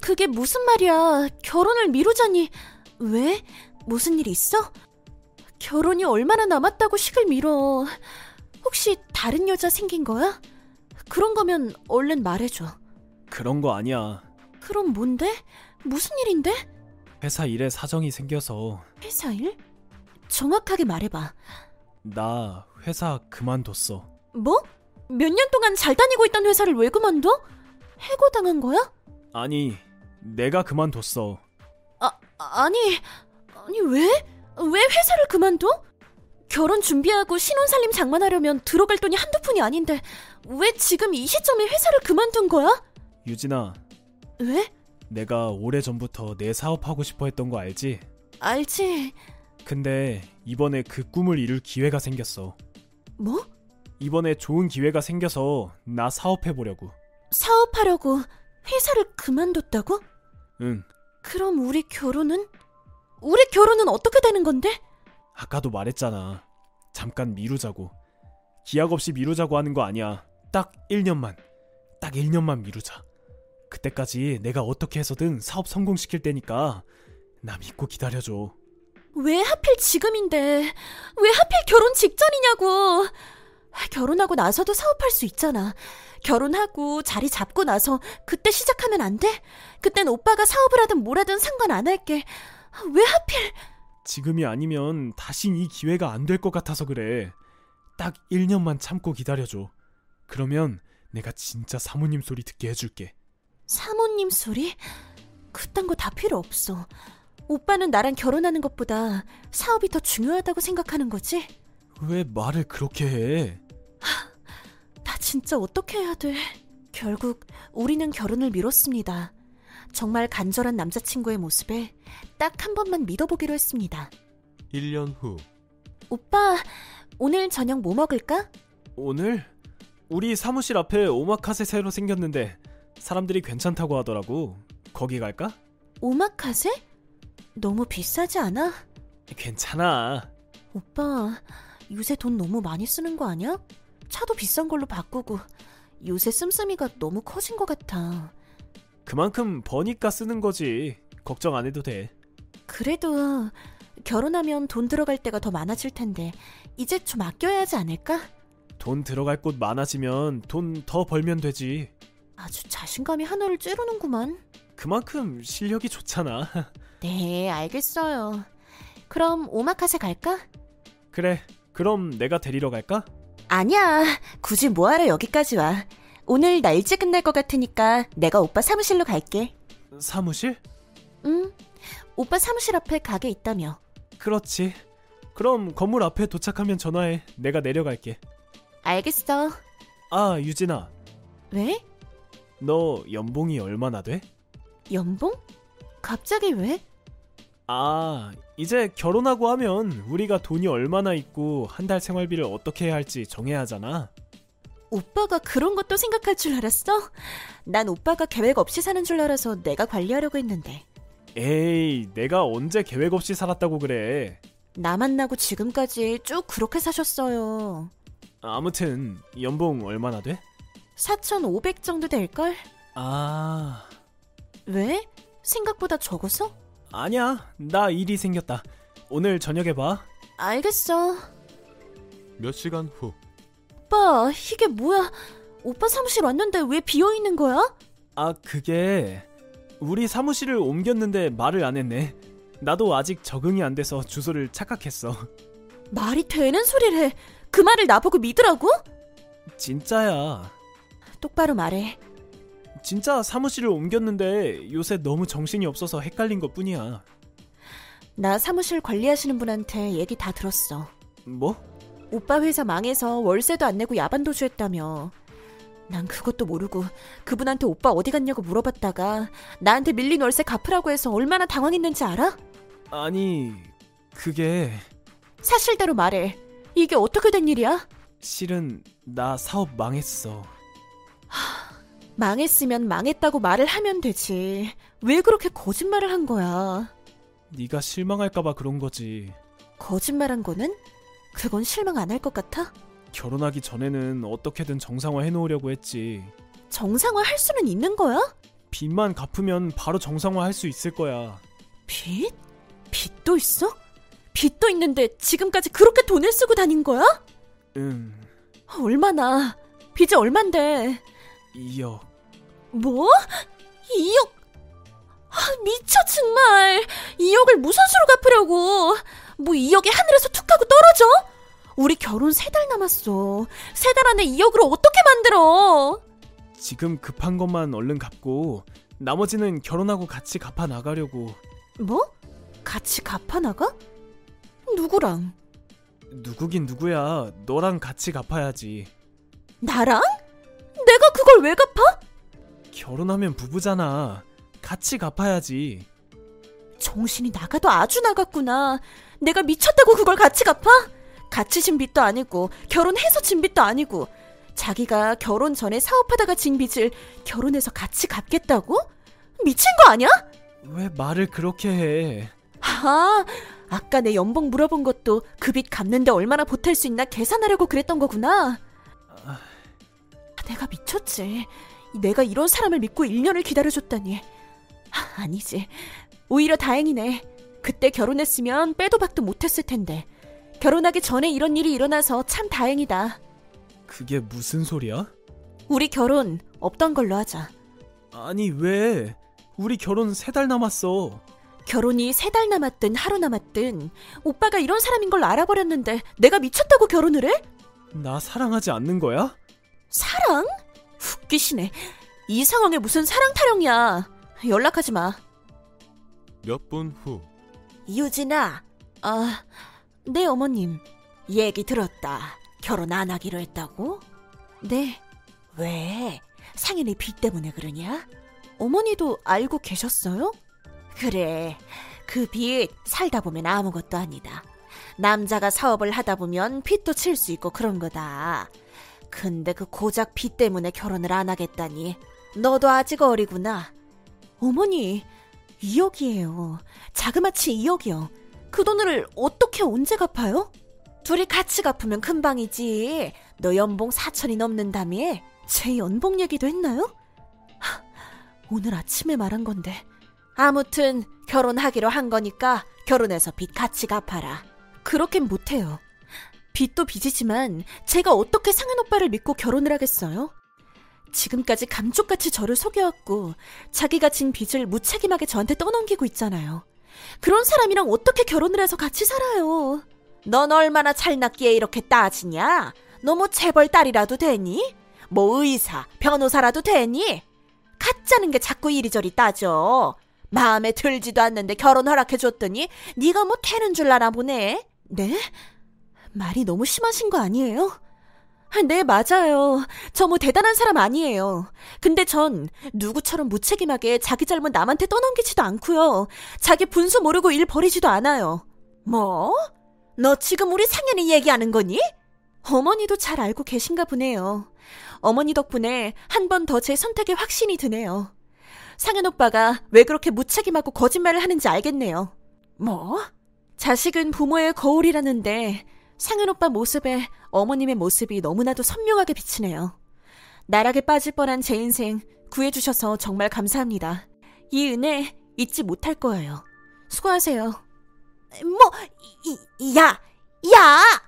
그게 무슨 말이야. 결혼을 미루자니. 왜? 무슨 일 있어? 결혼이 얼마나 남았다고 식을 미뤄. 혹시 다른 여자 생긴 거야? 그런 거면 얼른 말해줘. 그런 거 아니야. 그럼 뭔데? 무슨 일인데? 회사 일에 사정이 생겨서 회사 일? 정확하게 말해봐. 나 회사 그만뒀어. 뭐? 몇 년 동안 잘 다니고 있던 회사를 왜 그만둬? 해고당한 거야? 아니, 내가 그만뒀어. 아니, 아니 왜? 왜 회사를 그만둬? 결혼 준비하고 신혼살림 장만하려면 들어갈 돈이 한두 푼이 아닌데 왜 지금 이 시점에 회사를 그만둔 거야? 유진아, 왜? 내가 오래전부터 내 사업하고 싶어 했던 거 알지? 알지. 근데 이번에 그 꿈을 이룰 기회가 생겼어. 뭐? 이번에 좋은 기회가 생겨서 나 사업해 보려고. 사업하려고 회사를 그만뒀다고? 응. 그럼 우리 결혼은? 우리 결혼은 어떻게 되는 건데? 아까도 말했잖아. 잠깐 미루자고. 기약 없이 미루자고 하는 거 아니야. 딱 1년만. 딱 1년만 미루자. 그때까지 내가 어떻게 해서든 사업 성공시킬 테니까 나 믿고 기다려줘. 왜 하필 지금인데? 왜 하필 결혼 직전이냐고! 결혼하고 나서도 사업할 수 있잖아. 결혼하고 자리 잡고 나서 그때 시작하면 안 돼? 그땐 오빠가 사업을 하든 뭘 하든 상관 안 할게. 왜 하필? 지금이 아니면 다신 이 기회가 안 될 것 같아서 그래. 딱 1년만 참고 기다려줘. 그러면 내가 진짜 사모님 소리 듣게 해줄게. 사모님 소리? 그딴 거 다 필요 없어. 오빠는 나랑 결혼하는 것보다 사업이 더 중요하다고 생각하는 거지? 왜 말을 그렇게 해? 나 진짜 어떻게 해야 돼? 결국 우리는 결혼을 미뤘습니다. 정말 간절한 남자친구의 모습에 딱 한 번만 믿어보기로 했습니다. 1년 후, 오빠, 오늘 저녁 뭐 먹을까? 오늘? 우리 사무실 앞에 오마카세 새로 생겼는데 사람들이 괜찮다고 하더라고. 거기 갈까? 오마카세? 너무 비싸지 않아? 괜찮아. 오빠, 요새 돈 너무 많이 쓰는 거 아니야? 차도 비싼 걸로 바꾸고 요새 씀씀이가 너무 커진 것 같아. 그만큼 버니까 쓰는 거지. 걱정 안 해도 돼. 그래도 결혼하면 돈 들어갈 때가 더 많아질 텐데 이제 좀 아껴야 하지 않을까? 돈 들어갈 곳 많아지면 돈 더 벌면 되지. 아주 자신감이 하나를 찌르는구만. 그만큼 실력이 좋잖아. 네, 알겠어요. 그럼 오마카세 갈까? 그래. 그럼 내가 데리러 갈까? 아니야. 굳이 뭐하러 여기까지 와. 오늘 나 일찍 끝날 것 같으니까 내가 오빠 사무실로 갈게. 사무실? 응. 오빠 사무실 앞에 가게 있다며. 그렇지. 그럼 건물 앞에 도착하면 전화해. 내가 내려갈게. 알겠어. 아, 유진아. 왜? 너 연봉이 얼마나 돼? 연봉? 갑자기 왜? 아, 이제 결혼하고 하면 우리가 돈이 얼마나 있고 한 달 생활비를 어떻게 해야 할지 정해야 하잖아. 오빠가 그런 것도 생각할 줄 알았어? 난 오빠가 계획 없이 사는 줄 알아서 내가 관리하려고 했는데. 에이, 내가 언제 계획 없이 살았다고 그래. 나 만나고 지금까지 쭉 그렇게 사셨어요. 아무튼 연봉 얼마나 돼? 4,500 정도 될걸? 아, 왜? 생각보다 적어서? 아니야. 나 일이 생겼다. 오늘 저녁에 봐. 알겠어. 몇 시간 후, 오빠, 이게 뭐야? 오빠 사무실 왔는데 왜 비어 있는 거야? 아, 그게 우리 사무실을 옮겼는데 말을 안 했네. 나도 아직 적응이 안 돼서 주소를 착각했어. 말이 되는 소리를 해. 그 말을 나보고 믿으라고? 진짜야. 똑바로 말해. 진짜 사무실을 옮겼는데 요새 너무 정신이 없어서 헷갈린 것 뿐이야. 나 사무실 관리하시는 분한테 얘기 다 들었어. 뭐? 오빠 회사 망해서 월세도 안 내고 야반도주했다며. 난 그것도 모르고 그분한테 오빠 어디 갔냐고 물어봤다가 나한테 밀린 월세 갚으라고 해서 얼마나 당황했는지 알아? 아니, 그게 사실대로 말해. 이게 어떻게 된 일이야? 실은 나 사업 망했어. 망했으면 망했다고 말을 하면 되지. 왜 그렇게 거짓말을 한 거야? 네가 실망할까봐 그런 거지. 거짓말한 거는? 그건 실망 안 할 것 같아? 결혼하기 전에는 어떻게든 정상화 해놓으려고 했지. 정상화 할 수는 있는 거야? 빚만 갚으면 바로 정상화할 수 있을 거야. 빚? 빚도 있어? 빚도 있는데 지금까지 그렇게 돈을 쓰고 다닌 거야? 음, 얼마나? 빚이 얼만데? 2억. 뭐? 2억? 아, 미쳐 정말 2억을 무슨 수로 갚으려고 뭐 2억이 하늘에서 툭 하고 떨어져? 우리 결혼 세 달 남았어 세 달 안에 2억으로 어떻게 만들어 지금 급한 것만 얼른 갚고 나머지는 결혼하고 같이 갚아 나가려고 뭐? 같이 갚아나가? 누구랑? 누구긴 누구야 너랑 같이 갚아야지 나랑? 내가 그걸 왜 갚아? 결혼하면 부부잖아 같이 갚아야지 정신이 나가도 아주 나갔구나. 내가 미쳤다고 그걸 같이 갚아? 같이 진 빚도 아니고 결혼해서 진 빚도 아니고 자기가 결혼 전에 사업하다가 진 빚을 결혼해서 같이 갚겠다고? 미친 거 아니야? 왜 말을 그렇게 해 아, 아까 내 연봉 물어본 것도 그 빚 갚는데 얼마나 보탤 수 있나 계산하려고 그랬던 거구나. 아. 내가 미쳤지. 내가 이런 사람을 믿고 1년을 기다려줬다니. 아, 아니지. 오히려 다행이네. 그때 결혼했으면 빼도 박도 못했을 텐데. 결혼하기 전에 이런 일이 일어나서 참 다행이다. 그게 무슨 소리야? 우리 결혼 없던 걸로 하자. 아니 왜 우리 결혼 세 달 남았어 결혼이 세 달 남았든 하루 남았든 오빠가 이런 사람인 걸 알아버렸는데 내가 미쳤다고 결혼을 해? 나 사랑하지 않는 거야? 사랑? 웃기시네. 이 상황에 무슨 사랑 타령이야. 연락하지 마. 몇 분 후, 유진아. 아, 네 어머님. 얘기 들었다. 결혼 안 하기로 했다고? 네. 왜? 상현이 빚 때문에 그러냐? 어머니도 알고 계셨어요? 그래. 그 빚 살다 보면 아무것도 아니다. 남자가 사업을 하다 보면 빚도 칠 수 있고 그런 거다. 근데 그 고작 빚 때문에 결혼을 안 하겠다니. 너도 아직 어리구나. 어머니, 2억이에요. 자그마치 2억이요. 그 돈을 어떻게 언제 갚아요? 둘이 같이 갚으면 금방이지. 너 연봉 4천이 넘는다며? 제 연봉 얘기도 했나요? 하, 오늘 아침에 말한 건데. 아무튼 결혼하기로 한 거니까 결혼해서 빚 같이 갚아라. 그렇긴 못해요. 빚도 빚이지만 제가 어떻게 상현 오빠를 믿고 결혼을 하겠어요? 지금까지 감쪽같이 저를 속여왔고 자기가 진 빚을 무책임하게 저한테 떠넘기고 있잖아요. 그런 사람이랑 어떻게 결혼을 해서 같이 살아요? 넌 얼마나 잘났기에 이렇게 따지냐? 너무 뭐 재벌 딸이라도 되니? 뭐 의사, 변호사라도 되니? 가짜는 게 자꾸 이리저리 따져. 마음에 들지도 않는데 결혼 허락해줬더니 네가 뭐 되는 줄 아나 보네. 네? 말이 너무 심하신 거 아니에요? 아, 네, 맞아요. 저 뭐 대단한 사람 아니에요. 근데 전 누구처럼 무책임하게 자기 잘못 남한테 떠넘기지도 않고요. 자기 분수 모르고 일 버리지도 않아요. 뭐? 너 지금 우리 상현이 얘기하는 거니? 어머니도 잘 알고 계신가 보네요. 어머니 덕분에 한 번 더 제 선택에 확신이 드네요. 상현 오빠가 왜 그렇게 무책임하고 거짓말을 하는지 알겠네요. 뭐? 자식은 부모의 거울이라는데 상현 오빠 모습에 어머님의 모습이 너무나도 선명하게 비치네요. 나락에 빠질 뻔한 제 인생 구해주셔서 정말 감사합니다. 이 은혜 잊지 못할 거예요. 수고하세요. 뭐, 이, 야, 야!